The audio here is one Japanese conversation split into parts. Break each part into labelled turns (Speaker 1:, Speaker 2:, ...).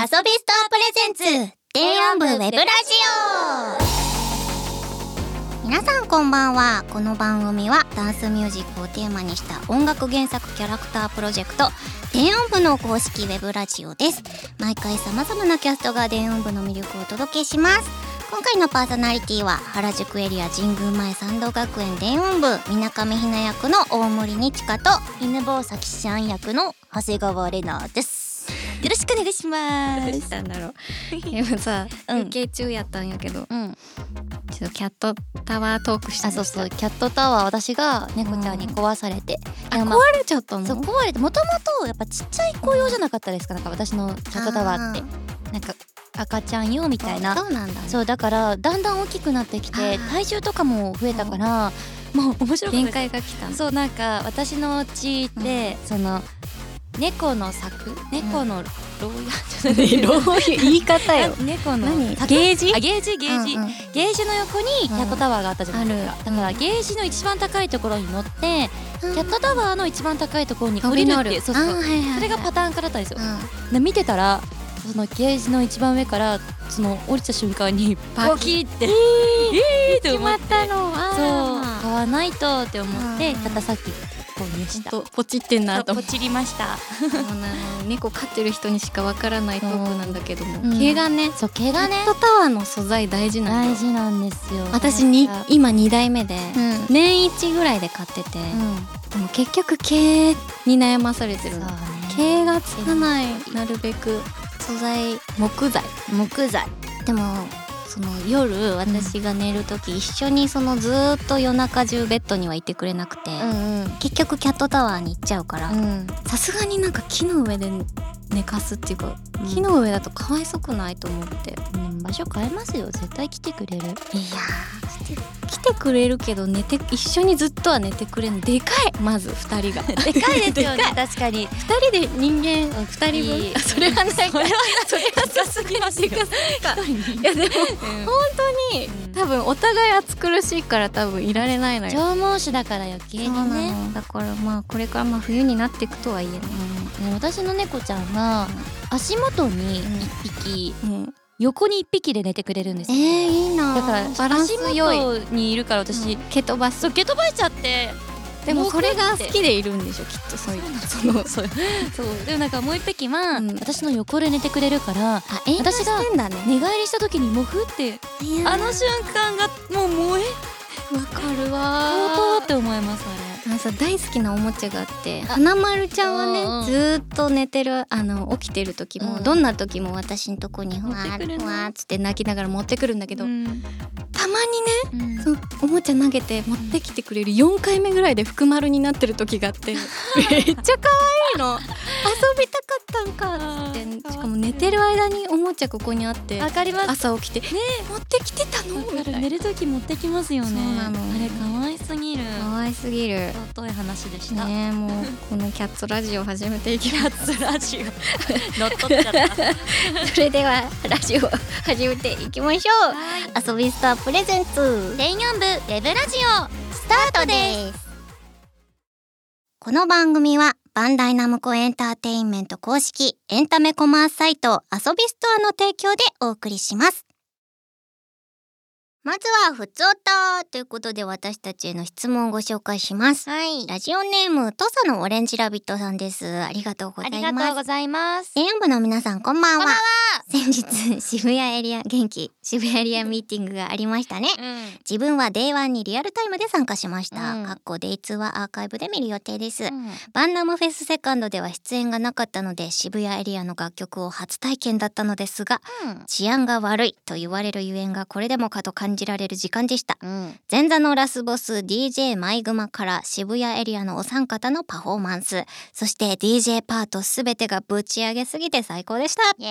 Speaker 1: 遊びストアプレゼンツ電音部ウェブラジオ皆さんこんばんはこの番組はダンスミュージックをテーマにした音楽原作キャラクタープロジェクト電音部の公式ウェブラジオです毎回様々なキャストが電音部の魅力をお届けします今回のパーソナリティは原宿エリア神宮前参道学園電音部水上ひな役の大森にちかと犬坊崎シャン役の長谷川玲奈ですよろしくお願いしま
Speaker 2: どう
Speaker 1: す
Speaker 2: したんだろう 今さ
Speaker 1: うん
Speaker 2: 休憩中やったんやけど、
Speaker 1: うん
Speaker 2: ちょっとキャットタワートークして
Speaker 1: あそうそうキャットタワー私が猫ちゃんに壊されて、でもまあ
Speaker 2: 壊れちゃったの
Speaker 1: そう壊れてもともとやっぱちっちゃい子用じゃなかったですかなんか私のキャットタワーってなんか赤ちゃん用みたいな
Speaker 2: そうなんだ
Speaker 1: そうだからだんだん大きくなってき
Speaker 2: あ
Speaker 1: て
Speaker 2: ー
Speaker 1: 体重とかも増えたからもう面白く
Speaker 2: 限
Speaker 1: ない
Speaker 2: 界が来たの
Speaker 1: そうなんか私の家って、その猫の柵猫の牢 屋、ちょっと
Speaker 2: 言い方
Speaker 1: あ猫の
Speaker 2: 何
Speaker 1: 柵
Speaker 2: ゲージ
Speaker 1: あゲージゲージ、
Speaker 2: うんうん
Speaker 1: ゲージの横にキャットタワーがあったじゃ ないですか、
Speaker 2: ある
Speaker 1: だからゲージの一番高いところに乗って、
Speaker 2: うん
Speaker 1: キャットタワーの一番高いところに降
Speaker 2: 飛
Speaker 1: り
Speaker 2: び
Speaker 1: る
Speaker 2: 乗
Speaker 1: っ
Speaker 2: る
Speaker 1: ていうそう
Speaker 2: あ
Speaker 1: そう
Speaker 2: ーはいはいはい
Speaker 1: それがパターンからだったんですよ、
Speaker 2: うん
Speaker 1: で見てたらそのゲージの一番上からその降りた瞬間に
Speaker 2: バ
Speaker 1: バ
Speaker 2: キ
Speaker 1: キ
Speaker 2: ッ
Speaker 1: ってえー って
Speaker 2: 決
Speaker 1: 思
Speaker 2: ま
Speaker 1: っ
Speaker 2: ってたの
Speaker 1: そう
Speaker 2: は
Speaker 1: 買わないとって思って
Speaker 2: うん
Speaker 1: 肩先購入した
Speaker 2: とポチってんなと
Speaker 1: ポ
Speaker 2: 思っ
Speaker 1: チりました
Speaker 2: たもうな猫飼ってる人にしかわからないトークなんだけども、
Speaker 1: うん
Speaker 2: 毛がね
Speaker 1: そう毛がね
Speaker 2: キャットタワーの素材大事なん
Speaker 1: 大
Speaker 2: だよ
Speaker 1: 事なんですよ
Speaker 2: 私に
Speaker 1: なんか
Speaker 2: 今2代目で、
Speaker 1: うん
Speaker 2: 年一ぐらいで飼ってて、
Speaker 1: うん
Speaker 2: でも結局毛に悩まされて
Speaker 1: そ
Speaker 2: る
Speaker 1: う
Speaker 2: の
Speaker 1: ね
Speaker 2: 毛がつかないなるべく素材木材
Speaker 1: 木材
Speaker 2: でもその夜私が寝る時、一緒にそのずーっと夜中中ベッドにはいてくれなくて、
Speaker 1: んうん
Speaker 2: 結局キャットタワーに行っちゃうから
Speaker 1: うん
Speaker 2: さすがになんか木の上で寝かすっていうか、
Speaker 1: うん
Speaker 2: 木の上だとかわいそくないと思っていや
Speaker 1: うん場所変えますよ絶対来てくれる
Speaker 2: ー来て来てくれるけど寝て一緒にずっとは寝てくれんでかいまず2人がで
Speaker 1: でかいです
Speaker 2: よ
Speaker 1: よね確かに
Speaker 2: 2人で人間
Speaker 1: うん
Speaker 2: 2人分
Speaker 1: いい
Speaker 2: あそれはないそれはそれはさすぎますよいやでも本当に
Speaker 1: うん
Speaker 2: 多分お互い暑苦しいから多分いられないのよ
Speaker 1: 縄文種だから余計
Speaker 2: そうな
Speaker 1: にね
Speaker 2: のだからまあこれからまあ冬になっていくとはいえね
Speaker 1: うんでも私の猫ちゃんは足元に1匹、
Speaker 2: うん
Speaker 1: 横に1匹で寝てくれるんです
Speaker 2: えー、
Speaker 1: よ
Speaker 2: いいな
Speaker 1: だから
Speaker 2: バランス
Speaker 1: 足
Speaker 2: 良い
Speaker 1: 元にいるから私、
Speaker 2: 蹴飛ばす
Speaker 1: そう蹴飛ばしちゃって
Speaker 2: でも
Speaker 1: もう
Speaker 2: それが
Speaker 1: 帰
Speaker 2: 好
Speaker 1: って
Speaker 2: きでいるんでしょきっとそういうそのそう
Speaker 1: そうでもなんかもう1匹は、
Speaker 2: うん
Speaker 1: 私の横で寝てくれるから
Speaker 2: あ遠慮してんだね
Speaker 1: 寝返りした時にもふって
Speaker 2: いやー
Speaker 1: あの瞬間がもう萌え
Speaker 2: わかる
Speaker 1: と
Speaker 2: わ
Speaker 1: う
Speaker 2: ー
Speaker 1: って思いますあれ
Speaker 2: あのさ大好きなおもちゃがあって花丸ちゃん
Speaker 1: うんう
Speaker 2: は
Speaker 1: ん
Speaker 2: ねずーっと寝てるあの起きてる時も、
Speaker 1: うん
Speaker 2: どんな時も私のとこにふわ
Speaker 1: 持ってくる
Speaker 2: ー
Speaker 1: の
Speaker 2: ふわーっつって泣きながら持ってくるんだけ
Speaker 1: け
Speaker 2: ど、
Speaker 1: ど、
Speaker 2: たまにね
Speaker 1: うん
Speaker 2: そのおもちゃ投げて持ってきてくれる4回目ぐらいで福丸になってる時があってめっちゃ可愛いの遊びたかったんかっつってしかも寝てる間におもちゃここにあって
Speaker 1: わかります
Speaker 2: 朝起きて「ね持ってきてたの?」みたいな
Speaker 1: 寝る時持ってきますよね
Speaker 2: そうなの
Speaker 1: あれ可愛すぎる
Speaker 2: 可愛すぎる
Speaker 1: 尊い話でした、
Speaker 2: ねえもうこのキャッツラジオ始めていきます
Speaker 1: ラジオ乗っ取っちゃった
Speaker 2: それではラジオ始めていきましょう遊びスタープレゼンツ
Speaker 1: 電音部ウェブラジオスタートですこの番組はバンダイナムコエンターテインメント公式エンタメコマースサイト遊びストアの提供でお送りします
Speaker 3: まずは、ふつおたということで、私たちへの質問をご紹介します。はい。ラジオネーム、土佐のオレンジラビットさんです。ありがとうございます。
Speaker 1: ございます
Speaker 3: 電音部の皆さん、こんばんは。
Speaker 1: こんば
Speaker 3: 先
Speaker 1: ん
Speaker 3: 日、渋谷エリア、元気、渋谷エリアミーティングがありましたね。
Speaker 1: うん
Speaker 3: 自分は Day1 にリアルタイムで参加しました。
Speaker 1: うん
Speaker 3: かっこ Day2 はアーカイブで見る予定です。
Speaker 1: うん
Speaker 3: バンナムフェスセカンドでは出演がなかったので渋谷エリアの楽曲を初体験だったのですが、
Speaker 1: うん
Speaker 3: 治安が悪いと言われるゆえんがこれでもかと感じられる時間でした
Speaker 1: うん
Speaker 3: 前座のラスボス DJ マイグマから渋谷エリアのお三方のパフォーマンスそして DJ パートすべてがぶち上げすぎて最高でした
Speaker 1: イエ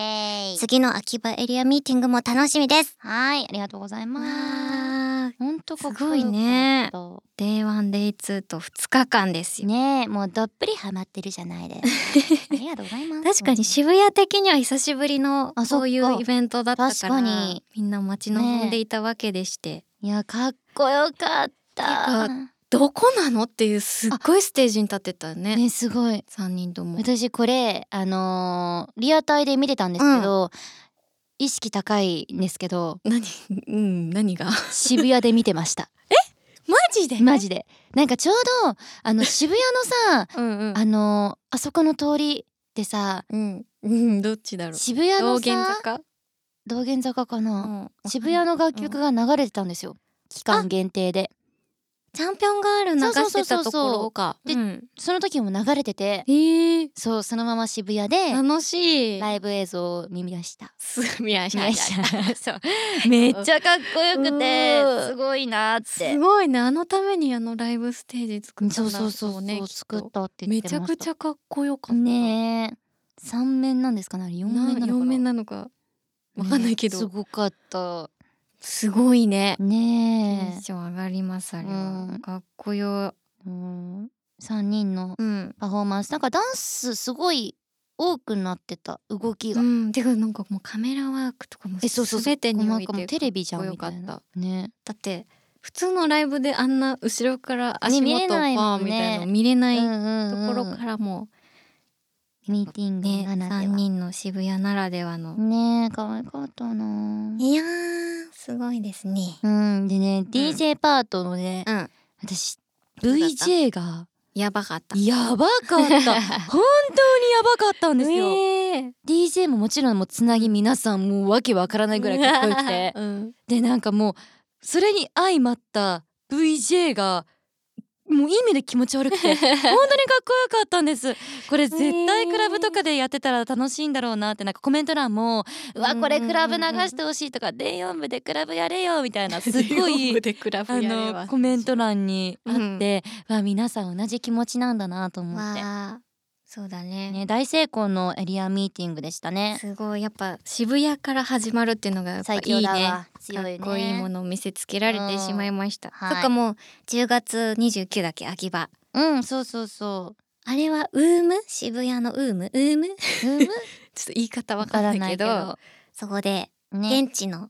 Speaker 1: ーイ
Speaker 3: 次の秋葉エリアミーティングも楽しみです
Speaker 1: はいありがとうございます
Speaker 3: わー
Speaker 1: ほんとかっ
Speaker 3: す
Speaker 1: こ
Speaker 3: ごい
Speaker 1: よかった
Speaker 3: ね Day1、Day2 と2日間ですよ
Speaker 1: ねえもうどっぷりハマってるじゃないです かありがとうございます
Speaker 3: 確かに渋谷的には久しぶりの
Speaker 1: あそっか
Speaker 3: そういうイベントだったから
Speaker 1: 確かに
Speaker 3: みんな待ち望んでいたわけでして、
Speaker 1: いやかっこよかった
Speaker 3: て
Speaker 2: どこなのっていうすっごいステージに立ってたね
Speaker 1: ねすごい
Speaker 2: 3人とも。
Speaker 1: 私これあのーリアタイで見てたんですけど、意識高いんですけど
Speaker 2: 何うん何 が
Speaker 1: 渋谷で見てました
Speaker 2: マジで
Speaker 1: マジでなんかちょうどあの渋谷のさ
Speaker 2: うんうん
Speaker 1: あのーあそこの通りでさ
Speaker 2: うん、うん、どっちだろう
Speaker 1: 渋谷
Speaker 2: 道
Speaker 1: のさ
Speaker 2: 玄坂、
Speaker 1: 道玄坂かな、
Speaker 2: うん
Speaker 1: 渋谷の楽曲が流れてたんですよ、期間限定で
Speaker 3: チャンピオンガール流してたところか
Speaker 1: そうそうそうそうで
Speaker 3: うん
Speaker 1: その時も流れてて
Speaker 2: へえ
Speaker 1: そうそのまま渋谷で
Speaker 2: 楽しい
Speaker 1: ライブ映像を見出した
Speaker 2: すみやし
Speaker 1: 見
Speaker 2: ゃ
Speaker 1: 出したそう
Speaker 2: め
Speaker 1: めっちゃかっこよくて
Speaker 2: うん
Speaker 1: すごいなーって
Speaker 2: すごいねあのためにあのライブステージ作ったんだ
Speaker 1: そうそうそう
Speaker 2: ね
Speaker 1: ね
Speaker 2: きっと
Speaker 1: 作ったって言
Speaker 2: め
Speaker 1: って
Speaker 2: ちゃ
Speaker 1: ました
Speaker 2: くちゃかっこよかった
Speaker 1: ねえ三面なんですかねあれ四面なのかな
Speaker 2: 4面なのかわかんないけど、
Speaker 1: ねすごかった
Speaker 2: すごいねテ
Speaker 1: ね
Speaker 2: ンション上がりますあれは、
Speaker 1: うん
Speaker 2: かっこよ
Speaker 1: えうん三人の
Speaker 2: うん、
Speaker 1: パフォーマンスなんかダンスすごい多くなってた動き
Speaker 2: う
Speaker 1: が、
Speaker 2: ん、てかなんかもうカメラワークとかも
Speaker 1: えそうそうそう
Speaker 2: 全てにおい
Speaker 1: 細かも
Speaker 2: て
Speaker 1: テレビじゃんみた
Speaker 2: かっこ
Speaker 1: い
Speaker 2: よかっ
Speaker 1: なね
Speaker 2: だって普通のライブであんな後ろから足
Speaker 1: ね見
Speaker 2: 元
Speaker 1: れ
Speaker 2: をパ
Speaker 1: ないも
Speaker 2: ー
Speaker 1: んね
Speaker 2: みたいなの見れないと
Speaker 1: ん
Speaker 2: ころからも
Speaker 1: ミーティン
Speaker 2: ね
Speaker 1: グならで
Speaker 2: 3
Speaker 1: は
Speaker 2: 人の渋谷ならではの
Speaker 1: ねえ可愛かったない
Speaker 3: やーすごいですね
Speaker 1: うんでね、DJ パートのね、
Speaker 2: うん
Speaker 1: 私
Speaker 2: どうだった
Speaker 1: VJ が
Speaker 2: やばかった。
Speaker 1: やば かった本当にやばかったんですよ、
Speaker 2: え
Speaker 1: DJ ももちろんもうつなぎ皆さんもうわけわからないぐらいかっこよくて
Speaker 2: ー うん、
Speaker 1: でなんかもうそれに相まった VJ がもういい意味で気持ち悪 くて本当にかっこよかったんですこれ絶対クラブとかでやってたら楽しいんだろうなってなんかコメント欄も「うわこれクラブ流してほしい」とか「電音部でクラブやれよ」み たいな すごい
Speaker 2: でクラブ
Speaker 1: あ
Speaker 2: やれは
Speaker 1: のコメント欄にあって、わ皆さん同じ気持ちなんだなと思って、
Speaker 2: わあそうだね
Speaker 1: ね、大成功のエリアミーティングでしたね
Speaker 2: すごいやっぱ渋谷から始まるっていうのがやっぱい
Speaker 1: 最
Speaker 2: いね
Speaker 1: 強だわ強いね
Speaker 2: かっこいいものを見せつけられてしまいました、
Speaker 1: はい
Speaker 2: そっかもう10月29だっけ秋葉
Speaker 1: うんそうそうそ
Speaker 3: あれはウーム渋谷のウームウーム
Speaker 1: ううん
Speaker 2: ちょっと言い方わ
Speaker 1: わ
Speaker 2: か
Speaker 1: からら
Speaker 2: な
Speaker 1: ない
Speaker 2: け
Speaker 1: いけ
Speaker 2: ど
Speaker 1: ど
Speaker 3: そこで
Speaker 1: ね
Speaker 3: 現地の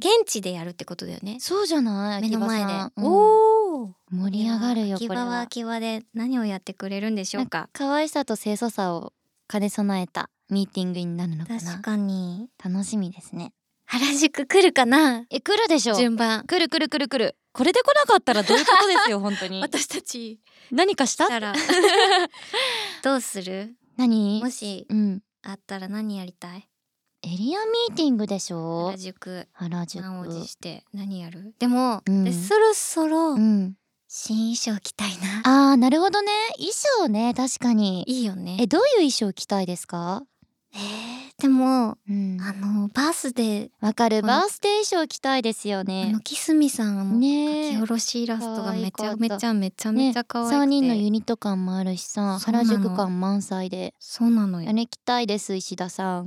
Speaker 3: 現地でやるってことだよね
Speaker 1: そうじゃない
Speaker 3: 目の前で
Speaker 1: 秋葉さんうん
Speaker 2: おお
Speaker 1: 盛り上がるよ
Speaker 3: 秋
Speaker 1: これ
Speaker 3: 葉は
Speaker 1: は
Speaker 3: 秋葉で何をやってくれるんでしょうか
Speaker 1: 可愛さと清楚さを兼ね備えたミーティングになるのか
Speaker 3: 確
Speaker 1: な
Speaker 3: かに
Speaker 1: 楽しみですね
Speaker 3: 原宿来るかな
Speaker 1: え来るでしょ
Speaker 2: 順番
Speaker 1: 来る来る来る来るこれで来なかったらどういうことです よ本当に
Speaker 2: 私たち
Speaker 1: 何かした
Speaker 2: たら
Speaker 3: どうする
Speaker 1: 何
Speaker 3: もし
Speaker 1: うん
Speaker 3: あったら何やりたい
Speaker 1: エリアミーティングでしょ
Speaker 3: 原宿
Speaker 1: 原宿
Speaker 3: 満を持して何やるでも、
Speaker 1: うん
Speaker 3: でそろそろ
Speaker 1: うん
Speaker 3: 新衣装着たいな、
Speaker 1: あーなるほどね衣装ね確かに
Speaker 3: いいよね
Speaker 1: えどういう衣装着たいですか
Speaker 3: えーでも
Speaker 1: うん
Speaker 3: あのバースで
Speaker 1: わかる
Speaker 3: この
Speaker 1: バースデー衣装着たいですよ
Speaker 3: あ
Speaker 1: ね
Speaker 3: のキスミさんの書
Speaker 1: ね
Speaker 3: き下ろしイラストがめちゃめちゃめちゃめ
Speaker 1: ね
Speaker 3: ちゃ可愛くて、
Speaker 1: 3人のユニット感もあるしさ
Speaker 3: そうな
Speaker 1: 原
Speaker 3: の
Speaker 1: 宿感満載で
Speaker 3: そうなの
Speaker 1: あ
Speaker 3: よ
Speaker 1: れ着たいです石田さん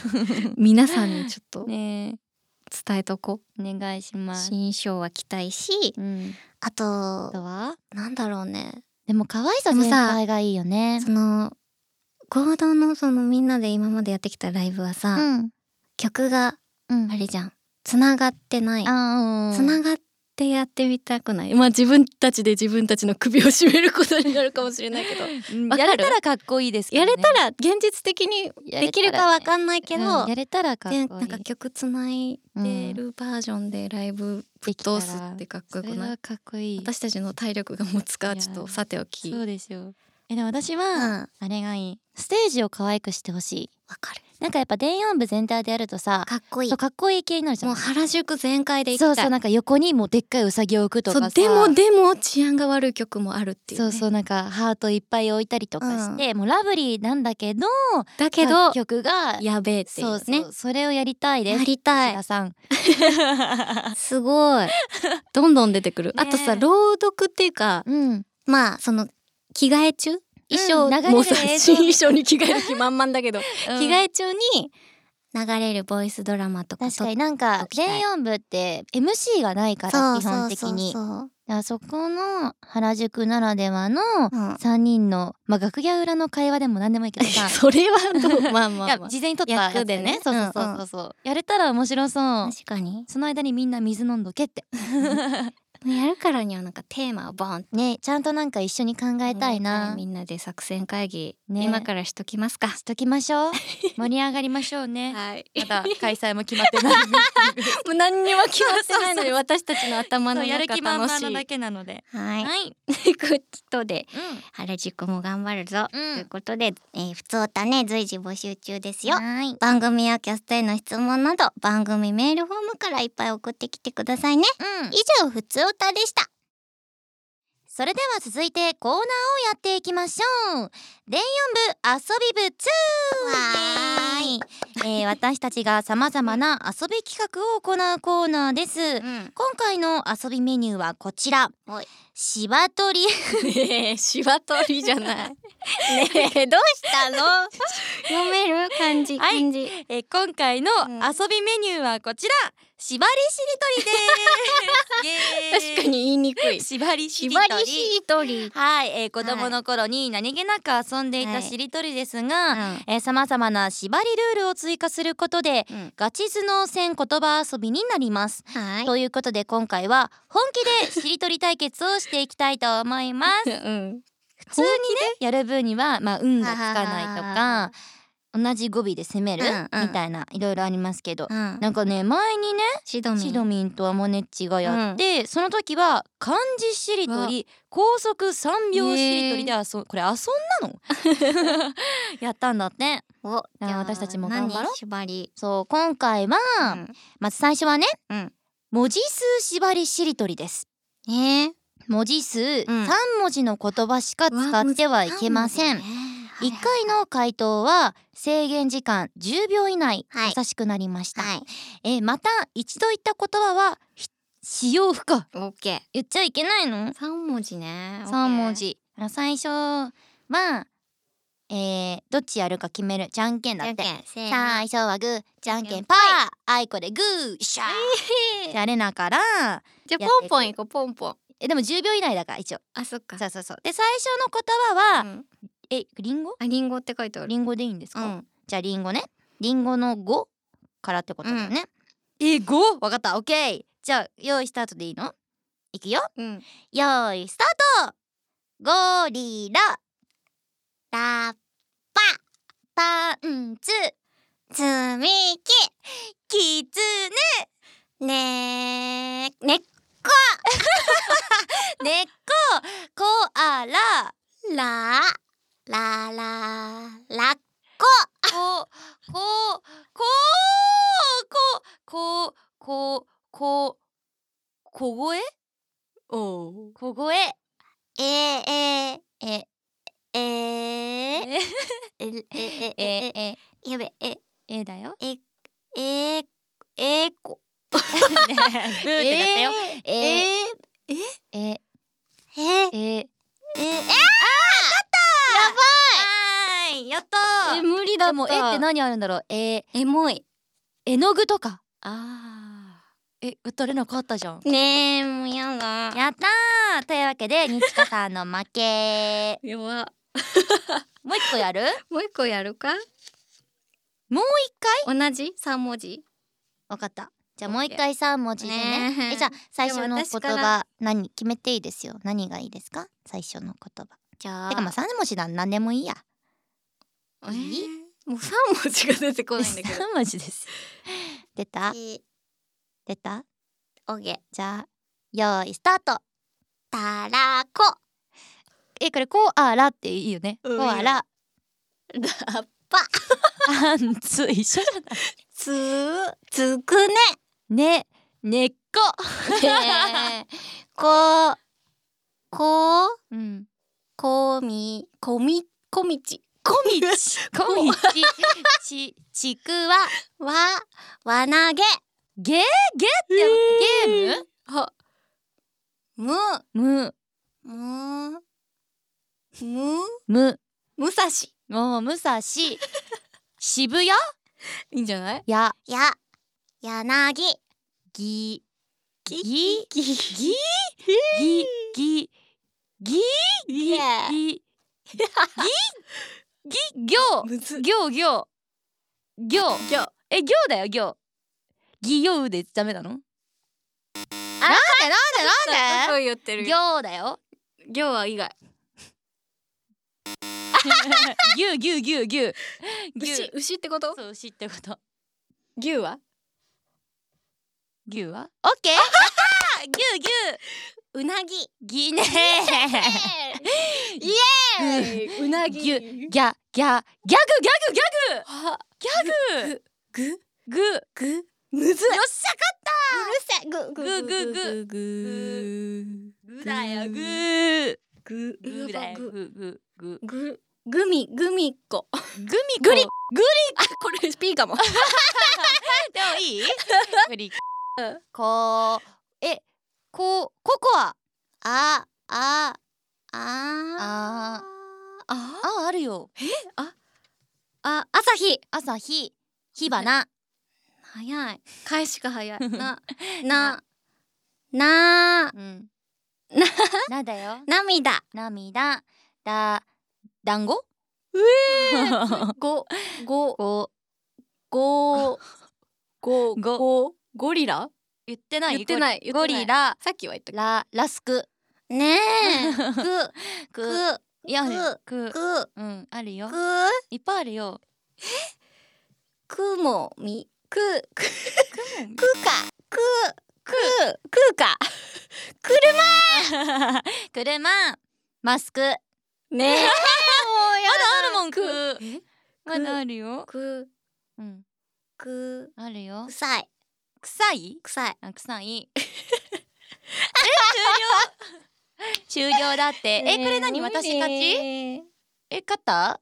Speaker 3: 皆さんにちょっと
Speaker 1: ね
Speaker 3: 伝えとこ
Speaker 1: お願いし
Speaker 3: う
Speaker 1: ます
Speaker 3: 新衣装は着たいし
Speaker 1: うん
Speaker 3: あ
Speaker 1: あと
Speaker 3: と
Speaker 1: は
Speaker 3: なんだろうね
Speaker 1: でも可愛さ
Speaker 3: でも
Speaker 1: 全
Speaker 3: さ
Speaker 1: 体がいいよね
Speaker 3: その合同のそのみんなで今までやってきたライブはさ、
Speaker 1: うん
Speaker 3: 曲が
Speaker 1: うん
Speaker 3: あれじゃんつながってない
Speaker 1: あー
Speaker 3: つながってやってみたくない、
Speaker 2: まあ自分たちで自分たちの首を絞めることになるかもしれない けど
Speaker 1: うん
Speaker 2: わか
Speaker 1: や
Speaker 2: る
Speaker 1: れたらかっこいいですけど
Speaker 2: や
Speaker 1: ね
Speaker 2: れたら現実的に
Speaker 1: やれたらね
Speaker 3: できるかわかんないけど、
Speaker 1: うんやれたらかっこい
Speaker 3: で
Speaker 1: い
Speaker 3: なんか曲つないでるバージョンでライブぶっ通すってかっこよく
Speaker 1: それ
Speaker 3: ない
Speaker 1: はかっこいい
Speaker 2: 私たちの体力が持つかちょっ
Speaker 1: い
Speaker 2: と
Speaker 1: や
Speaker 2: さておき
Speaker 1: そうですよえでも私は、
Speaker 3: うん
Speaker 1: あれがいいステージを可愛くしてほしい
Speaker 3: わかる
Speaker 1: なんかやっぱ電音部全体でやるとさ
Speaker 3: かっこいい
Speaker 1: そうかっこいい系になるじゃん
Speaker 3: もう原宿全開で行きたい
Speaker 1: そうそうなんか横にもうでっかいうさぎを置くと
Speaker 2: そ
Speaker 1: か
Speaker 2: う
Speaker 1: さ
Speaker 2: でもでも治安が悪い曲もあるっていう、
Speaker 1: そ
Speaker 2: ね、
Speaker 1: うそうなんかハートいっぱい置いたりとかして、もうラブリーなんだけど
Speaker 2: だけど
Speaker 1: 曲が
Speaker 2: やべえってい
Speaker 1: そううそう、
Speaker 2: ね
Speaker 1: それをやりたいです
Speaker 3: やりた
Speaker 1: 石
Speaker 3: い
Speaker 1: 田 さん
Speaker 3: すごい
Speaker 2: どんどん出てくる、
Speaker 1: ね
Speaker 2: あとさ朗読っていうか
Speaker 1: うん
Speaker 3: まあその着替え中衣装、
Speaker 1: うん流れる
Speaker 2: もうさ
Speaker 1: 映
Speaker 2: 新
Speaker 1: 像
Speaker 2: 衣装に着替える気満々だ けど
Speaker 3: 着替え中に流れるボイスドラマとか
Speaker 1: 確かになんか全音部って MC がないから
Speaker 3: そう
Speaker 1: 基本的に
Speaker 3: そうそう
Speaker 1: だからそこの原宿ならではの
Speaker 3: そう、うん
Speaker 1: 3人の、まあ、楽屋裏の会話でも何でもいいけど さ
Speaker 2: それはど うまあまあ、
Speaker 1: い
Speaker 2: ま
Speaker 1: や
Speaker 2: あ、
Speaker 1: 事前に撮ったやつ
Speaker 2: 役でね
Speaker 1: そうそうそうそうそうやれたら面白そう
Speaker 3: 確かに
Speaker 1: その間にみんな水飲んどけって
Speaker 3: やるからにはなんかテーマをボンって
Speaker 1: ねちゃんとなんか一緒に考えたいな
Speaker 3: みんなで作戦会議、
Speaker 1: ね
Speaker 3: 今からしときますか
Speaker 1: しときましょう盛り上がりましょう ね
Speaker 3: はい
Speaker 1: まだ開催も決まってないんですけど
Speaker 3: もう何にも決まって ないので私たちの頭の
Speaker 1: そう
Speaker 3: 中
Speaker 1: やる
Speaker 3: 楽し
Speaker 1: 気
Speaker 3: い
Speaker 1: 満々なだけなので
Speaker 3: はい、
Speaker 1: はい、
Speaker 3: ということで
Speaker 1: うん
Speaker 3: 原宿も頑張るぞ、
Speaker 1: うん
Speaker 3: ということで、えー、普通歌ね随時募集中ですよ、
Speaker 1: はい
Speaker 3: 番組やキャストへの質問など番組メールフォームからいっぱい送ってきてくださいね
Speaker 1: うん
Speaker 3: 以上普通歌でした
Speaker 1: それでは続いてコーナーをやっていきましょう電音部遊び部
Speaker 3: わーい
Speaker 1: 2えー私たちがさまざまな遊び企画を行うコーナーです、
Speaker 3: うん
Speaker 1: 今回の遊びメニューはこちら
Speaker 3: はい
Speaker 1: しばとり
Speaker 3: ねえしばとりじゃない ねえどうしたの読める漢字
Speaker 1: はい
Speaker 3: 漢字、
Speaker 1: えー今回の
Speaker 3: うん
Speaker 1: 遊びメニューはこちらしばりし りとりですイエー
Speaker 3: 確
Speaker 1: イ
Speaker 3: かに言いにくい
Speaker 1: しばりし
Speaker 3: し
Speaker 1: り
Speaker 3: ば
Speaker 1: と
Speaker 3: り
Speaker 1: り
Speaker 3: しとり
Speaker 1: はい、えー子供の頃に何気なく遊んでいたしりとりですが、
Speaker 3: うん
Speaker 1: えー、様々な縛りルールを追加することで
Speaker 3: うん
Speaker 1: ガチ頭脳戦言葉遊びになります、
Speaker 3: はい
Speaker 1: ということで今回は本気でしりとり対決をしていきたいと思います
Speaker 3: うん
Speaker 1: 普通にねやる分にはまあ運がつかないとか同じ語尾で攻める、
Speaker 3: うんうん
Speaker 1: みたいないろいろありますけど、
Speaker 3: うん
Speaker 1: なんかね前にね
Speaker 3: シドミン
Speaker 1: シドミンとアモネッチがやって、その時は漢字しりとり高速3秒しりとりで遊んこれ遊 んなのやったんだって
Speaker 3: お
Speaker 1: あ私たちも頑張ろう
Speaker 3: 何縛り
Speaker 1: そう今回は、
Speaker 3: ん
Speaker 1: まず最初はね、
Speaker 3: うん
Speaker 1: 文字数縛りしりとりです
Speaker 3: ねえ
Speaker 1: 文字数3
Speaker 3: ん
Speaker 1: 文字の言葉しか使ってはいけません、
Speaker 3: ねえ
Speaker 1: 1回の回答は制限時間10秒以内
Speaker 3: はい
Speaker 1: 優しくなりました、
Speaker 3: はい
Speaker 1: えーまた一度言った言葉はひ使用不可
Speaker 3: オッケー
Speaker 1: 言っちゃいけないの
Speaker 3: 三文字ね
Speaker 1: 三文字あ最初はえーどっちやるか決めるじゃんけん
Speaker 3: オッ
Speaker 1: だ
Speaker 3: ケ
Speaker 1: っ
Speaker 3: ー
Speaker 1: て
Speaker 3: じゃんけんせーの
Speaker 1: 最初はグーじゃんけんパーあいこでグーシャーやれなから
Speaker 3: じゃあ
Speaker 1: やって
Speaker 3: ポ
Speaker 1: い
Speaker 3: ン
Speaker 1: く
Speaker 3: ポン行こうポンポン
Speaker 1: えでも10秒以内だから一応
Speaker 3: あそっか
Speaker 1: そうそうそうで最初の言葉は、
Speaker 3: うん
Speaker 1: えリンゴ
Speaker 3: あリンゴって書いてある
Speaker 1: リンゴでいいんです
Speaker 3: う
Speaker 1: か、
Speaker 3: ん
Speaker 1: じゃあリンゴねリンゴの5からってことだよね、え5わかったオッケーじゃあ用意スタートでいいのいくよ
Speaker 3: うん
Speaker 1: 用意スタートゴリラ
Speaker 3: ラ
Speaker 1: パンツ
Speaker 3: 積み
Speaker 1: キツ
Speaker 3: 木ねえね
Speaker 1: ネ根っこコアラ
Speaker 3: らららら
Speaker 1: こここここここ小声
Speaker 2: お
Speaker 1: 小声
Speaker 3: えええええ
Speaker 1: え
Speaker 3: えええ
Speaker 1: え
Speaker 3: え
Speaker 1: え
Speaker 3: やべえ
Speaker 1: えだよ
Speaker 3: えええこ
Speaker 1: ブーってだったよえ
Speaker 3: ええ
Speaker 1: え
Speaker 3: ええ
Speaker 1: え
Speaker 3: ええ
Speaker 1: はーいやった
Speaker 3: え
Speaker 1: ー
Speaker 3: 無理だっ
Speaker 1: でもえ
Speaker 3: た
Speaker 1: って何あるんだろうえ
Speaker 3: エモい
Speaker 1: 絵の具とか
Speaker 3: あ
Speaker 1: え歌れなかったじゃん
Speaker 3: ねえもうやだ
Speaker 1: やったーというわけ でにちかさんの負け
Speaker 3: 弱
Speaker 1: もう一個やる
Speaker 3: もう一個やるか
Speaker 1: もう一回
Speaker 3: 同じ三文字
Speaker 1: わかったじゃあもう一回三文字でね
Speaker 3: ねえ
Speaker 1: えじゃあ最初の
Speaker 3: で
Speaker 1: 言
Speaker 3: も私か
Speaker 1: 葉何決めていいですよ何がいいですか最初の言葉
Speaker 3: じゃあ
Speaker 1: てかまあ三文字なん何でもいいや
Speaker 3: えーもう三文字が出てこないんだけど
Speaker 1: 三文字です出た
Speaker 3: え
Speaker 1: 出た
Speaker 3: オッケー
Speaker 1: じゃあ用意スタート
Speaker 3: たらこ
Speaker 1: えこれコアラっていいよね
Speaker 3: うん
Speaker 1: コアラ
Speaker 3: ラ
Speaker 1: パンツ一緒じゃない
Speaker 3: つつくね
Speaker 1: ね根っこ
Speaker 3: ねえ ここ
Speaker 1: うん
Speaker 3: こみこみこみちこみち
Speaker 1: こみちちちくわ
Speaker 3: わわなげ
Speaker 1: ゲゲってゲー
Speaker 3: あむ
Speaker 1: ム
Speaker 3: むむ
Speaker 1: む
Speaker 3: むさし
Speaker 1: むもう武蔵渋谷
Speaker 2: いいんじゃない
Speaker 1: や
Speaker 3: ややなぎ
Speaker 1: ぎぎ
Speaker 3: ぎ
Speaker 1: ぎぎぎぎぎ
Speaker 3: いえ
Speaker 1: ぎぎぎょう
Speaker 3: むず
Speaker 1: ぎょうぎょうぎょうえぎょうだよぎょうぎょうでダメなの
Speaker 3: なんでなんでなんで
Speaker 2: 言ってる
Speaker 3: 行だよ
Speaker 2: 行は以外牛
Speaker 1: 牛牛牛牛牛
Speaker 2: 牛ってこと
Speaker 1: そう牛ってこと
Speaker 2: 牛は
Speaker 1: 牛は
Speaker 3: オッケー
Speaker 1: 牛
Speaker 3: うなぎ
Speaker 1: 牛ギね
Speaker 3: イエーイ
Speaker 2: うな
Speaker 1: ぎ
Speaker 2: ぎ
Speaker 1: ギャギャギャグギャグギ
Speaker 2: あ
Speaker 1: ャグギャグ
Speaker 2: ぐう
Speaker 1: グよ
Speaker 2: ぐむずい
Speaker 1: っしゃ
Speaker 3: うるさいぐぐ
Speaker 1: グググ
Speaker 2: ぐ
Speaker 1: グだよグー
Speaker 2: ぐ
Speaker 1: グだよ
Speaker 2: ぐ
Speaker 1: グググ
Speaker 2: ぐグミグミっこ
Speaker 1: グミグリ
Speaker 2: あこれピーかも
Speaker 1: でも いいグリこうえこうココア
Speaker 3: あああ
Speaker 1: あ
Speaker 3: ー
Speaker 1: ああるよ
Speaker 2: あ朝日
Speaker 1: 朝日火 花
Speaker 3: 早い
Speaker 2: 返しが早いな
Speaker 3: なな
Speaker 1: うん
Speaker 3: な
Speaker 1: なだよ
Speaker 3: 涙
Speaker 1: 涙だ団子
Speaker 2: ごご
Speaker 1: こ
Speaker 2: ごご
Speaker 1: ご
Speaker 2: ごゴリラ
Speaker 1: 言ってない
Speaker 2: 言ってない言ってない
Speaker 1: ゴリラ
Speaker 2: さっきは言ったけ
Speaker 1: ララスク
Speaker 3: ねえ
Speaker 1: く
Speaker 3: く
Speaker 1: いやね
Speaker 3: く
Speaker 1: く
Speaker 3: く
Speaker 1: うんあるよ
Speaker 3: く
Speaker 1: いっぱいあるよ
Speaker 3: くもみくくくかくく
Speaker 2: くか
Speaker 1: 車マスク
Speaker 2: ねえ
Speaker 1: あるもんく
Speaker 2: え
Speaker 1: まだあるよ
Speaker 2: く
Speaker 1: うん
Speaker 3: く
Speaker 1: あるよ
Speaker 3: 臭い
Speaker 1: 臭い
Speaker 3: 臭い
Speaker 1: あ臭いえ終了終了だってえこれ何私勝ち
Speaker 3: ち
Speaker 1: え勝った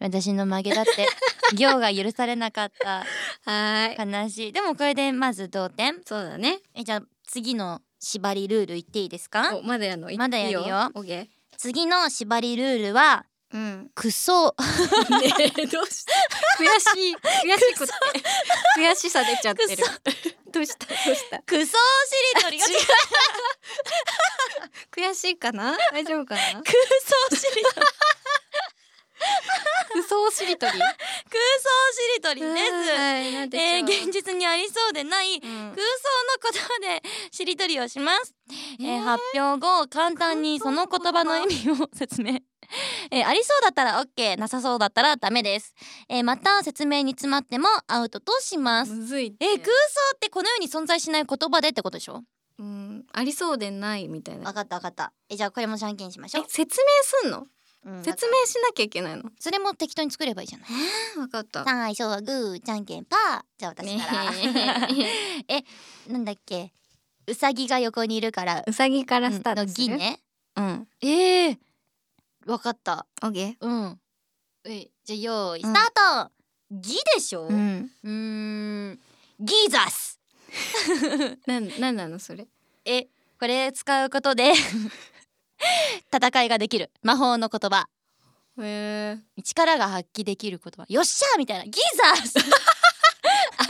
Speaker 1: 私の負け だって行が許されなかった
Speaker 2: はい
Speaker 1: 悲しいでもこれでまず同点
Speaker 2: そうだね
Speaker 1: えじゃあ次の縛りルール言っていいですか
Speaker 2: おまだやんのい
Speaker 1: まだやるよ
Speaker 2: いいオッケーね
Speaker 1: 次の縛りルールは
Speaker 3: うん
Speaker 1: クソ
Speaker 2: えどうした悔しい悔しくて悔しさ出ちゃってるどうしたどうした
Speaker 1: クソしりとり が違う
Speaker 2: 悔しいか な大丈夫かな
Speaker 1: クソしりとり
Speaker 2: 嘘しりとり
Speaker 1: クソしりとりです
Speaker 2: はいなんでしょう
Speaker 1: えー現実にありそうでな
Speaker 2: う
Speaker 1: い
Speaker 2: ん
Speaker 1: 空想の言葉でしりとりをします、えー発表後簡単にその言葉の意味を説明 えーありそうだったら OK なさそうだったらダメです、えーまた説明に詰まってもアウトとします
Speaker 2: むずいって
Speaker 1: えー空想ってこの世に存在しない言葉でってことでしょ
Speaker 2: うんありそうでないみたいな
Speaker 1: わかったわかったえじゃあこれもじゃんけんしまし
Speaker 2: え
Speaker 1: ょう、
Speaker 2: 説明すんの
Speaker 1: うん
Speaker 2: 説明しなきゃいけないの
Speaker 1: それも適当に作ればいいじゃない
Speaker 2: わかった
Speaker 1: 最初はグーじゃんけんパーじゃあ私から、
Speaker 2: ね
Speaker 1: えなんだっけうさぎが横にいるから
Speaker 2: うさぎか
Speaker 1: う
Speaker 2: ら
Speaker 1: ん
Speaker 2: スター
Speaker 1: の
Speaker 2: トする
Speaker 1: ぎね
Speaker 2: うん
Speaker 1: ええわかった。
Speaker 2: オッケ
Speaker 1: うん。え、じゃあ用意
Speaker 2: うん
Speaker 1: スタート。ギでしょ。
Speaker 2: ーうん
Speaker 1: ーん。ギザス。
Speaker 2: なんなんなのそれ
Speaker 1: え、これ使うことで 戦いができる魔法の言葉。
Speaker 2: へえ
Speaker 1: 力が発揮できる言葉。よっしゃーみたいな。ギザ ス。掛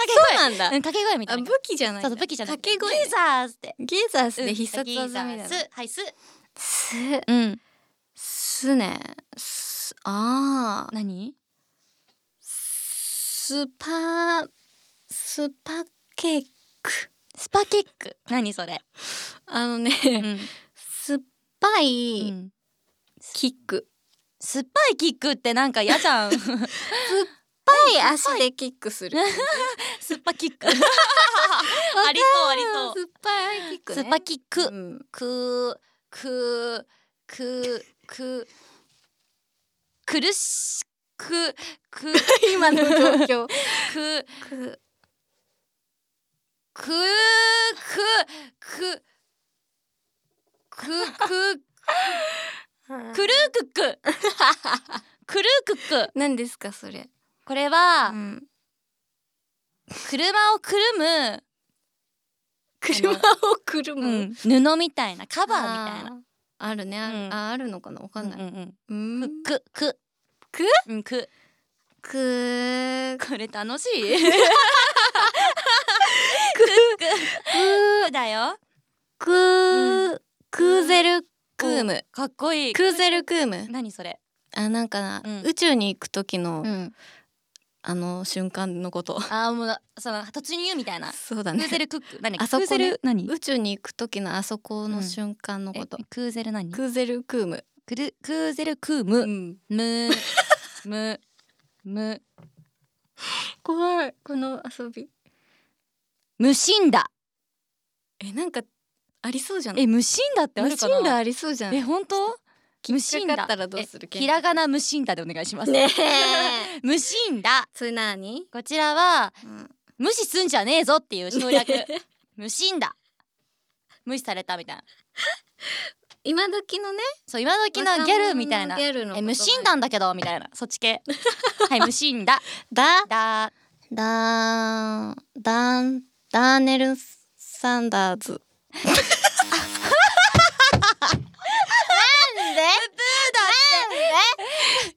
Speaker 1: け
Speaker 2: そうなんだ
Speaker 1: 声。うん、掛け声みた
Speaker 2: あ
Speaker 1: いな
Speaker 2: 武。器じゃない
Speaker 1: そうそう武器じゃない。
Speaker 2: 掛け声
Speaker 1: ギザースって。
Speaker 2: ギザス
Speaker 1: う
Speaker 2: で
Speaker 1: ん
Speaker 2: 必殺技みたい
Speaker 1: ギザ
Speaker 2: な
Speaker 1: スはいす。
Speaker 2: す
Speaker 1: うん。
Speaker 2: すねすあー
Speaker 1: 何？
Speaker 2: スパスパケーク
Speaker 1: スパキック。何それ？
Speaker 2: あのね
Speaker 1: うん。
Speaker 2: 酸っぱ
Speaker 1: う
Speaker 2: い
Speaker 1: ん
Speaker 2: キック
Speaker 1: 酸っぱいキックってなんか嫌じゃん。
Speaker 2: 酸っぱい足でキックする
Speaker 1: 酸っぱキック。ありそうあり
Speaker 2: 酸っ
Speaker 1: そ
Speaker 2: ぱいキック
Speaker 1: う。
Speaker 2: ね
Speaker 1: 酸っぱキック。
Speaker 2: うん
Speaker 1: くくくく苦しくく
Speaker 2: 今の状況
Speaker 1: く
Speaker 2: く
Speaker 1: くくくくくくるくくくるくく
Speaker 2: 何ですかそれ
Speaker 1: これ
Speaker 2: う
Speaker 1: は
Speaker 2: ん
Speaker 1: 車をくるむ
Speaker 2: 車をくるむ
Speaker 1: うん布みたいなカバーみたいな
Speaker 2: あーあるねある
Speaker 1: うん
Speaker 2: ああるのかなわかん
Speaker 1: う
Speaker 2: なんい
Speaker 1: うん
Speaker 2: う
Speaker 1: うん
Speaker 2: ん
Speaker 1: くく
Speaker 2: く
Speaker 1: うんく
Speaker 2: く
Speaker 1: これ楽しいくくだよ
Speaker 2: くクーゼルクーム
Speaker 1: かっこいい
Speaker 2: クーゼルクーム
Speaker 1: 何それ
Speaker 2: あなんかな
Speaker 1: うん
Speaker 2: 宇宙に行く時の
Speaker 1: ん
Speaker 2: あの瞬間のこと
Speaker 1: あーもうその突入みたいな
Speaker 2: そうだ
Speaker 1: クー
Speaker 2: ね
Speaker 1: ゼルクック何
Speaker 2: あそこね
Speaker 1: クーゼル何
Speaker 2: 宇宙に行く時のあそこの瞬間の
Speaker 1: え
Speaker 2: こと、
Speaker 1: クーゼル何
Speaker 2: クーゼルクーム、
Speaker 1: クルクーゼルクーム
Speaker 2: ん、
Speaker 1: むむむ
Speaker 2: 怖いこの遊び
Speaker 1: 無心だ
Speaker 2: えなんかありそうじゃない
Speaker 1: え無心だってあ
Speaker 2: 無
Speaker 1: るかな
Speaker 2: 心だありそうじゃん
Speaker 1: え本当無心
Speaker 2: か
Speaker 1: だ
Speaker 2: かったらどうする
Speaker 1: えひらがな無心だでお願いします、
Speaker 2: ねえ
Speaker 1: 無心だ
Speaker 2: それなに、
Speaker 1: こちらは
Speaker 2: うん、
Speaker 1: 無視すんじゃねえぞっていう 省略
Speaker 2: ね
Speaker 1: 無心だ無視されたみたいな
Speaker 2: 今時のね
Speaker 1: そう今時のギャルみたいな
Speaker 2: 若者のギャルの
Speaker 1: え無心なんだけどみたいなそっち系はい無心だ
Speaker 2: だ
Speaker 1: だ
Speaker 2: だダンダーネルサンダーズ
Speaker 3: なんで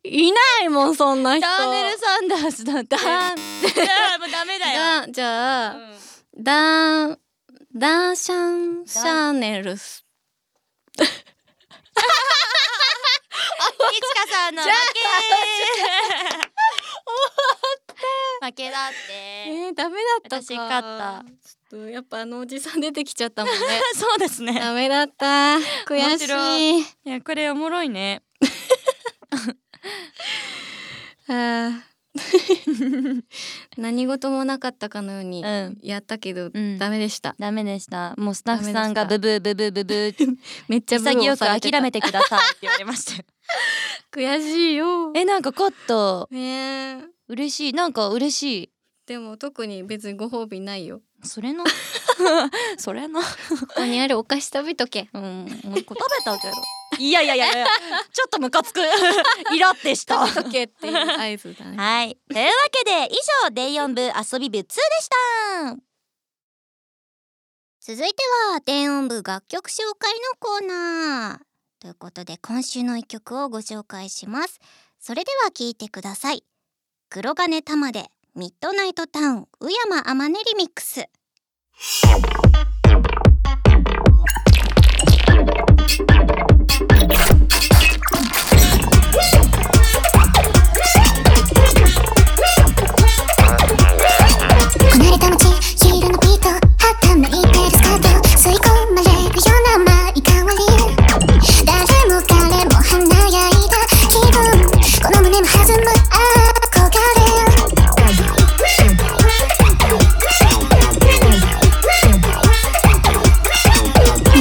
Speaker 2: いないもんそんな人
Speaker 1: ダーネル・サンダースのダーンもうダメ だよ、
Speaker 2: だじゃあ、
Speaker 1: うん
Speaker 2: ダーダーシャンシャネルス
Speaker 1: いちかさんの負け 負け だって
Speaker 2: えー、ダメだったか
Speaker 1: 私勝った
Speaker 2: ちょっとやっぱあのおじさん出てきちゃったもん ね
Speaker 1: そうですね
Speaker 2: ダメだった悔
Speaker 1: 面白
Speaker 2: しい
Speaker 1: いやこれおもろいね
Speaker 2: あー 何事もなかったかのように
Speaker 1: うん
Speaker 2: やったけど、
Speaker 1: うん
Speaker 2: ダメでした
Speaker 1: ダメでしたもうスタッフさんが
Speaker 2: ダ
Speaker 1: ブ
Speaker 2: メ
Speaker 1: ブーブブーブブ ー
Speaker 2: めっちゃブー
Speaker 1: 潔
Speaker 2: を
Speaker 1: く
Speaker 2: されて
Speaker 1: 諦
Speaker 2: た
Speaker 1: めてくださいって言われましたよ
Speaker 2: 悔しいよ
Speaker 1: えなんかコット
Speaker 2: ねえ
Speaker 1: 嬉しいなんか嬉しい
Speaker 2: でも特に別にご褒美ないよ
Speaker 1: それな それな
Speaker 2: ここにあるお菓子食べとけ
Speaker 1: うんもう一個食べたけどいやいやいやいやちょっとムカ つくイラってした
Speaker 2: 食べとけっていう合図だね
Speaker 1: はい。というわけで、以上、デイオン部遊び部2でした。
Speaker 3: 続いては電音部楽曲紹介のコーナーということで今週の一曲をご紹介しますそれでは聴いてください黒金玉でミッドナイトタウン宇山天音リミックス
Speaker 4: 離れた街ヒールのピートはたまってるスカート吸い込まれるような甘い香り誰も彼も華やいだ気分この胸も弾む憧れ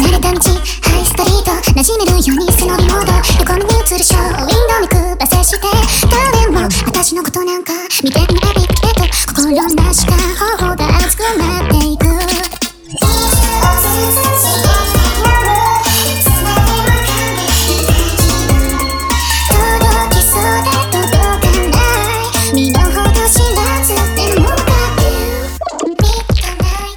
Speaker 4: 慣れた道ハイストリート馴染めるように背伸びモード横目に映るショーウィンドウにくばせして誰も私のことなんか見て見て見てと心なしか頬が熱くなっていく届きそうで届かない身の程知らずでも Love you ミッドナイ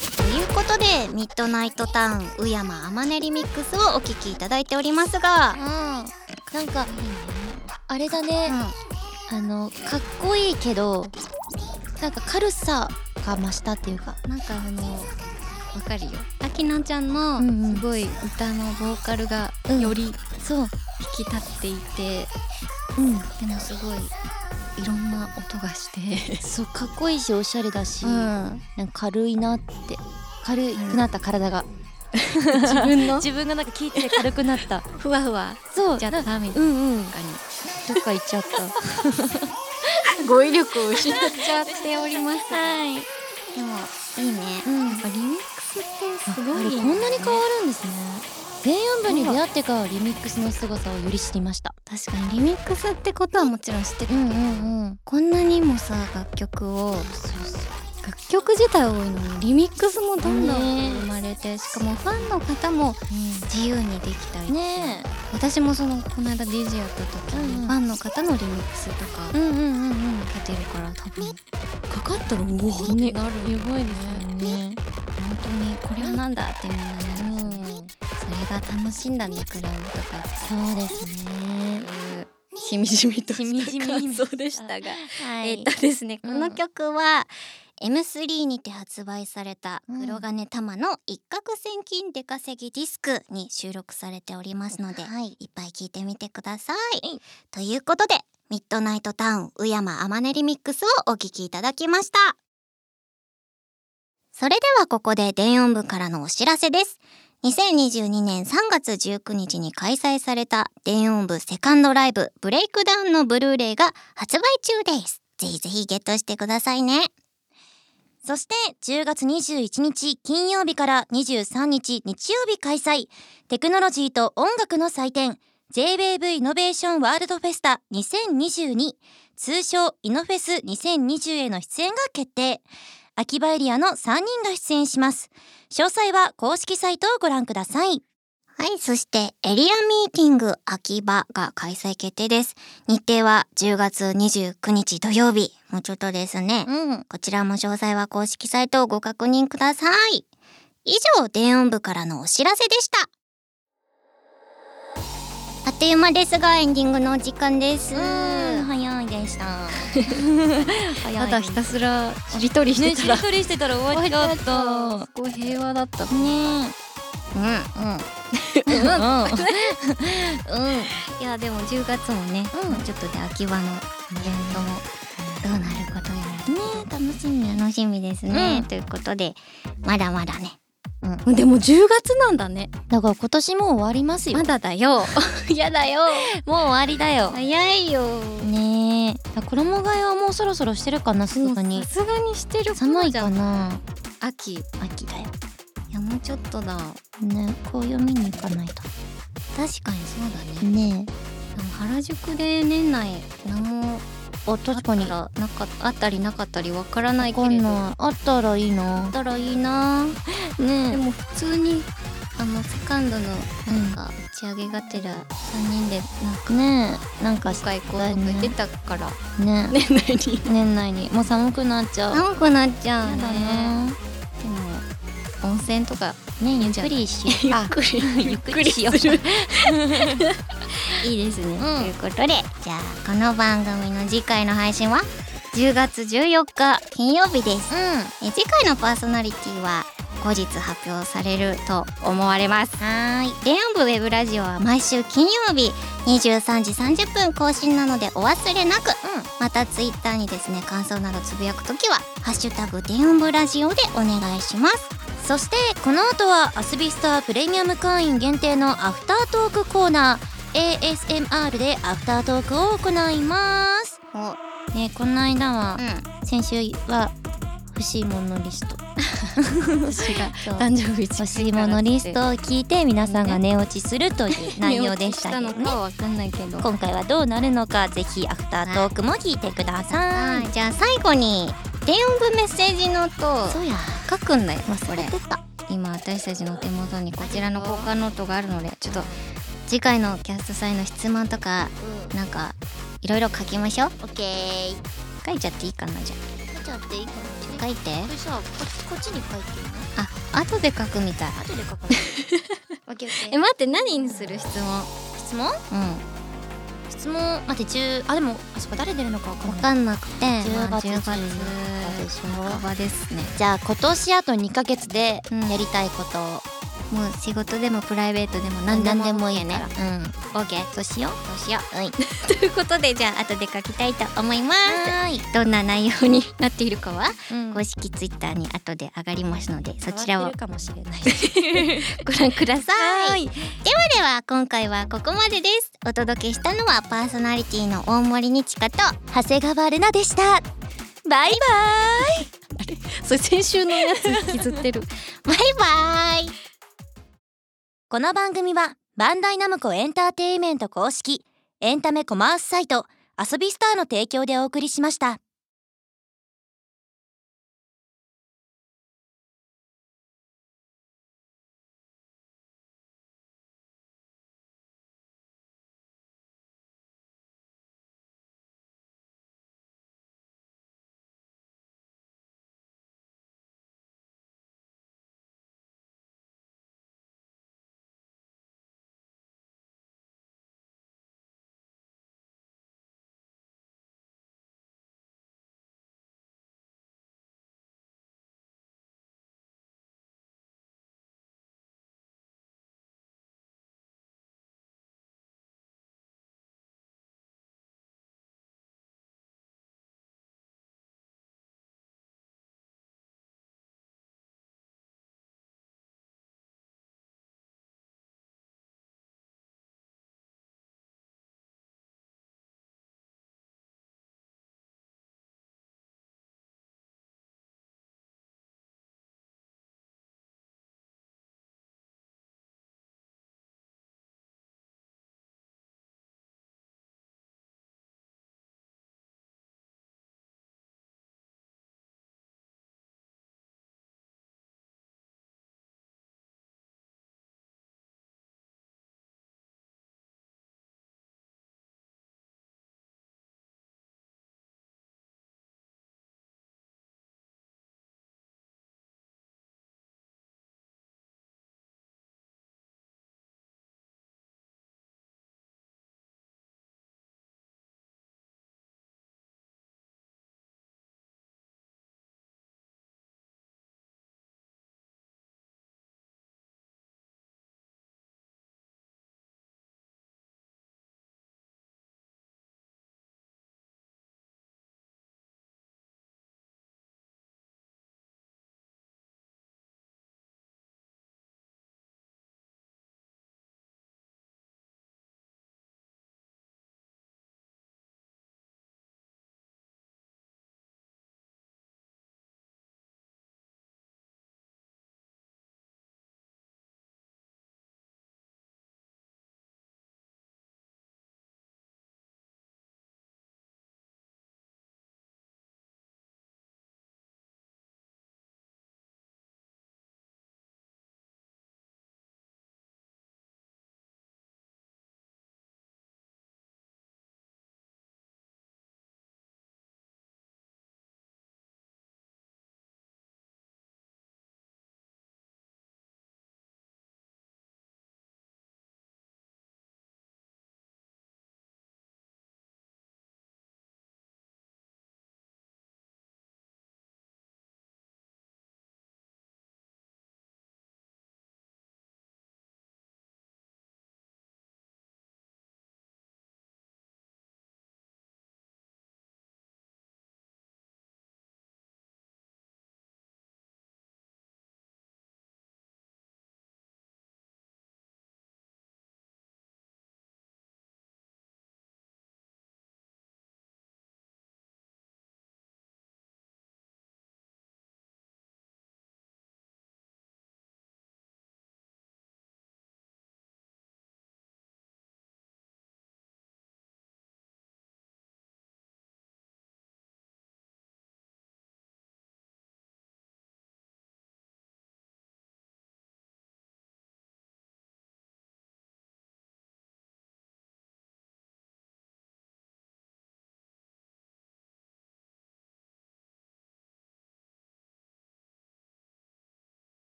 Speaker 4: ト
Speaker 3: ということでミッドナイトタウン宇山天音リミックスをお聴きいただいておりますが、
Speaker 1: あーなんか、あれだね、
Speaker 3: う
Speaker 1: あの、かっこいいけど、なんか軽さが増したっていうか。
Speaker 2: なんかあのわかるよあきなちゃんの
Speaker 1: うんうん
Speaker 2: すごい歌のボーカルが
Speaker 1: うん
Speaker 2: より
Speaker 1: そう。
Speaker 2: 引き立っていて、
Speaker 1: うん。
Speaker 2: でもすごいいろんな音がして、
Speaker 1: そう、かっこいいし、おしゃれだし、
Speaker 2: ん、
Speaker 1: なんか軽いなって。軽くなった体が。
Speaker 2: 自分の
Speaker 1: 自分がなんか聞いてて軽くなった。
Speaker 2: ふわふわ
Speaker 1: そう。
Speaker 2: じゃ
Speaker 1: な
Speaker 2: あダメに
Speaker 1: うんうん。どっか行っちゃった。
Speaker 2: 語彙力を失っちゃっております
Speaker 1: はい。
Speaker 3: ん、でもいいね
Speaker 1: うん。
Speaker 2: リミックスってす
Speaker 1: あ
Speaker 2: ご
Speaker 1: れ
Speaker 2: い
Speaker 1: こんなに変わるんですね電音部に出会ってからリミックスの凄さをより知りました
Speaker 3: 確かにリミックスってことはもちろん知ってた
Speaker 1: うんうんうん
Speaker 3: こんなにもさ楽曲を楽曲自体多いのにリミックスもどんどん
Speaker 1: ね
Speaker 3: 生まれてしかもファンの方も自由にできたり、
Speaker 1: ね
Speaker 3: 私もそのこの間 DJ やった時に、
Speaker 1: うんうん
Speaker 3: ファンの方のリミックスとか
Speaker 1: えうんうんうんうん
Speaker 3: かけてるから多分本
Speaker 2: かかったらうわ
Speaker 1: 本当になるすごいですね
Speaker 3: 当にこれはなんだってみんなね、それが楽しんだねクラブとか
Speaker 1: そうですね
Speaker 2: しみじみと
Speaker 1: しみじ
Speaker 2: し
Speaker 1: み
Speaker 2: た感想でしたが、
Speaker 3: は
Speaker 2: えっとですね
Speaker 3: こ
Speaker 2: こ
Speaker 3: の
Speaker 2: の
Speaker 3: 曲は M3 にて発売された
Speaker 1: うん
Speaker 3: 黒金玉の一攫千金出稼ぎディスクに収録されておりますので、い、っぱい聴いてみてください。ということでミッドナイトタウン宇山天音リミックスをお聴きいただきました。それではここで電音部からのお知らせです。2022年3月19日に開催された電音部セカンドライブブレイクダウンのブルーレイが発売中です。ぜひぜひゲットしてくださいね。
Speaker 1: そして10月21日金曜日から23日日曜日開催テクノロジーと音楽の祭典 JWAVE イノベーションワールドフェスタ2022通称イノフェス2020への出演が決定秋葉エリアの3人が出演します詳細は公式サイトをご覧ください
Speaker 3: はい、そしてエリアミーティング秋葉が開催決定です。日程は10月29日土曜日。もうちょっとですね。
Speaker 1: うん
Speaker 3: こちらも詳細は公式サイトをご確認ください。以上、電音部からのお知らせでした。あっという間ですが、エンディングのお時間です。
Speaker 1: 早いでした早
Speaker 2: ただひたすらしりとりしてたら、
Speaker 1: とりしてたら終わっちゃった
Speaker 2: すごい平和だった
Speaker 1: ね
Speaker 3: うん。
Speaker 1: えうんうん
Speaker 3: いやでも10月もね、もうちょっとで秋葉のイベントもどうなることやらね楽しみ楽しみですね、
Speaker 1: うん
Speaker 3: ということでまだまだね
Speaker 2: でも10月なんだね
Speaker 1: だから今年もう終わりますよ。
Speaker 2: まだだ よやだよ
Speaker 1: もう終わりだよ。
Speaker 3: 早いよ
Speaker 1: ねえ。衣替えはもうそろそろしてるかな、すぐ
Speaker 2: に
Speaker 1: に
Speaker 2: さ。すがにしてる
Speaker 1: 寒 いかな。
Speaker 2: 秋
Speaker 1: 秋だよ。
Speaker 2: いやもうちょっとだ
Speaker 1: ね、紅葉見に行かないと。
Speaker 2: 確かにそうだね
Speaker 1: ね
Speaker 2: でも原宿で年内何も
Speaker 1: え。あ、確かに。
Speaker 2: あなかあったりなかったりわからないけ
Speaker 1: わか
Speaker 2: れ
Speaker 1: ん
Speaker 2: ど
Speaker 1: ない。あったらいいな。
Speaker 2: たらいいなで
Speaker 1: ね
Speaker 2: も普通にあのセカンドのなんか打ち上げがてら3人でなんか
Speaker 1: え。ねえ。なんかし
Speaker 2: 今回こうとか言ってたから
Speaker 1: ねえ。
Speaker 2: 年内に
Speaker 1: 年内に。もう寒くなっちゃう。
Speaker 2: 寒くなっちゃう
Speaker 1: や
Speaker 2: ね
Speaker 1: だね。
Speaker 2: でも温泉とか
Speaker 1: ねえゆっくりしよう。
Speaker 2: くりゆっくりしよう
Speaker 3: いいですね、ということでじゃあこの番組の次回の配信は10月14日金曜日です
Speaker 1: う
Speaker 3: え次回のパーソナリティは後日発表されると思われますはーい電音部ウェブラジオは毎週金曜日23時30分更新なのでお忘れなく、またツイッターにですね感想などつぶやくときは「ハッシュタグ電音部ラジオ」でお願いします
Speaker 1: ん。そして、この後はアスビスタープレミアム会員限定のアフタートークコーナー。ASMR でアフタートークを行います。
Speaker 3: お
Speaker 1: ねえ、この間は
Speaker 3: う。ん
Speaker 1: 先週は欲しいものリスト
Speaker 2: 私が
Speaker 1: そう
Speaker 2: 誕生日
Speaker 1: 欲しいものリストを聞いて皆さんが寝落ちするという内容でしたけど
Speaker 2: の
Speaker 1: ね
Speaker 2: かわかんないけど
Speaker 1: 今回はどうなるのかぜひアフタートークも聞いてください、
Speaker 3: はいじゃあ最後に電音部メッセージのと
Speaker 1: そうや
Speaker 2: 書くんだよこれ
Speaker 3: 出た
Speaker 2: 今私たちの手元にこちらの交換ノートがあるのでちょっと次回のキャスト祭の質問とか、なんかいろいろ書きましょう
Speaker 3: オッケー
Speaker 2: 書いちゃっていいかなじゃ
Speaker 3: ちょっといいか
Speaker 2: あ書いて
Speaker 3: れさこっちに書いてるね
Speaker 2: あ後で書くみたい
Speaker 3: 後で書くオッケーオッケ
Speaker 2: え待って何にする質問
Speaker 1: 質問
Speaker 2: う
Speaker 1: 質問待って10あでもあそこ誰出るのかわ
Speaker 2: ん
Speaker 1: か
Speaker 2: わ
Speaker 1: んない
Speaker 2: かんなくて
Speaker 1: 10
Speaker 2: まあ
Speaker 1: 月
Speaker 2: 10月
Speaker 1: でしょ
Speaker 2: 半ばですね
Speaker 1: じゃあ今年あと2ヶ月で
Speaker 2: うん
Speaker 1: やりたいことを
Speaker 2: もう仕事でもプライベートでも何でも
Speaker 1: 何でもいいよね
Speaker 2: うん
Speaker 3: ーオッケーそうしようそうしよう
Speaker 1: はい
Speaker 3: ということでじゃあ後で書きたいと思います
Speaker 1: はい、
Speaker 3: どんな内容になっているかは
Speaker 1: うん
Speaker 3: 公式ツイッターに後で上がりますのでそちら
Speaker 1: 変わ
Speaker 3: を
Speaker 1: ってるかもしれない
Speaker 3: ご覧ください
Speaker 1: はい
Speaker 3: では今回はここまでですお届けしたのはパーソナリティの大森にちかと
Speaker 1: 長谷川れなでしたバイバイ
Speaker 2: それ先週のやつ引きずってる
Speaker 3: バイバイ
Speaker 1: この番組はバンダイナムコエンターテインメント公式エンタメコマースサイト遊びスターの提供でお送りしました。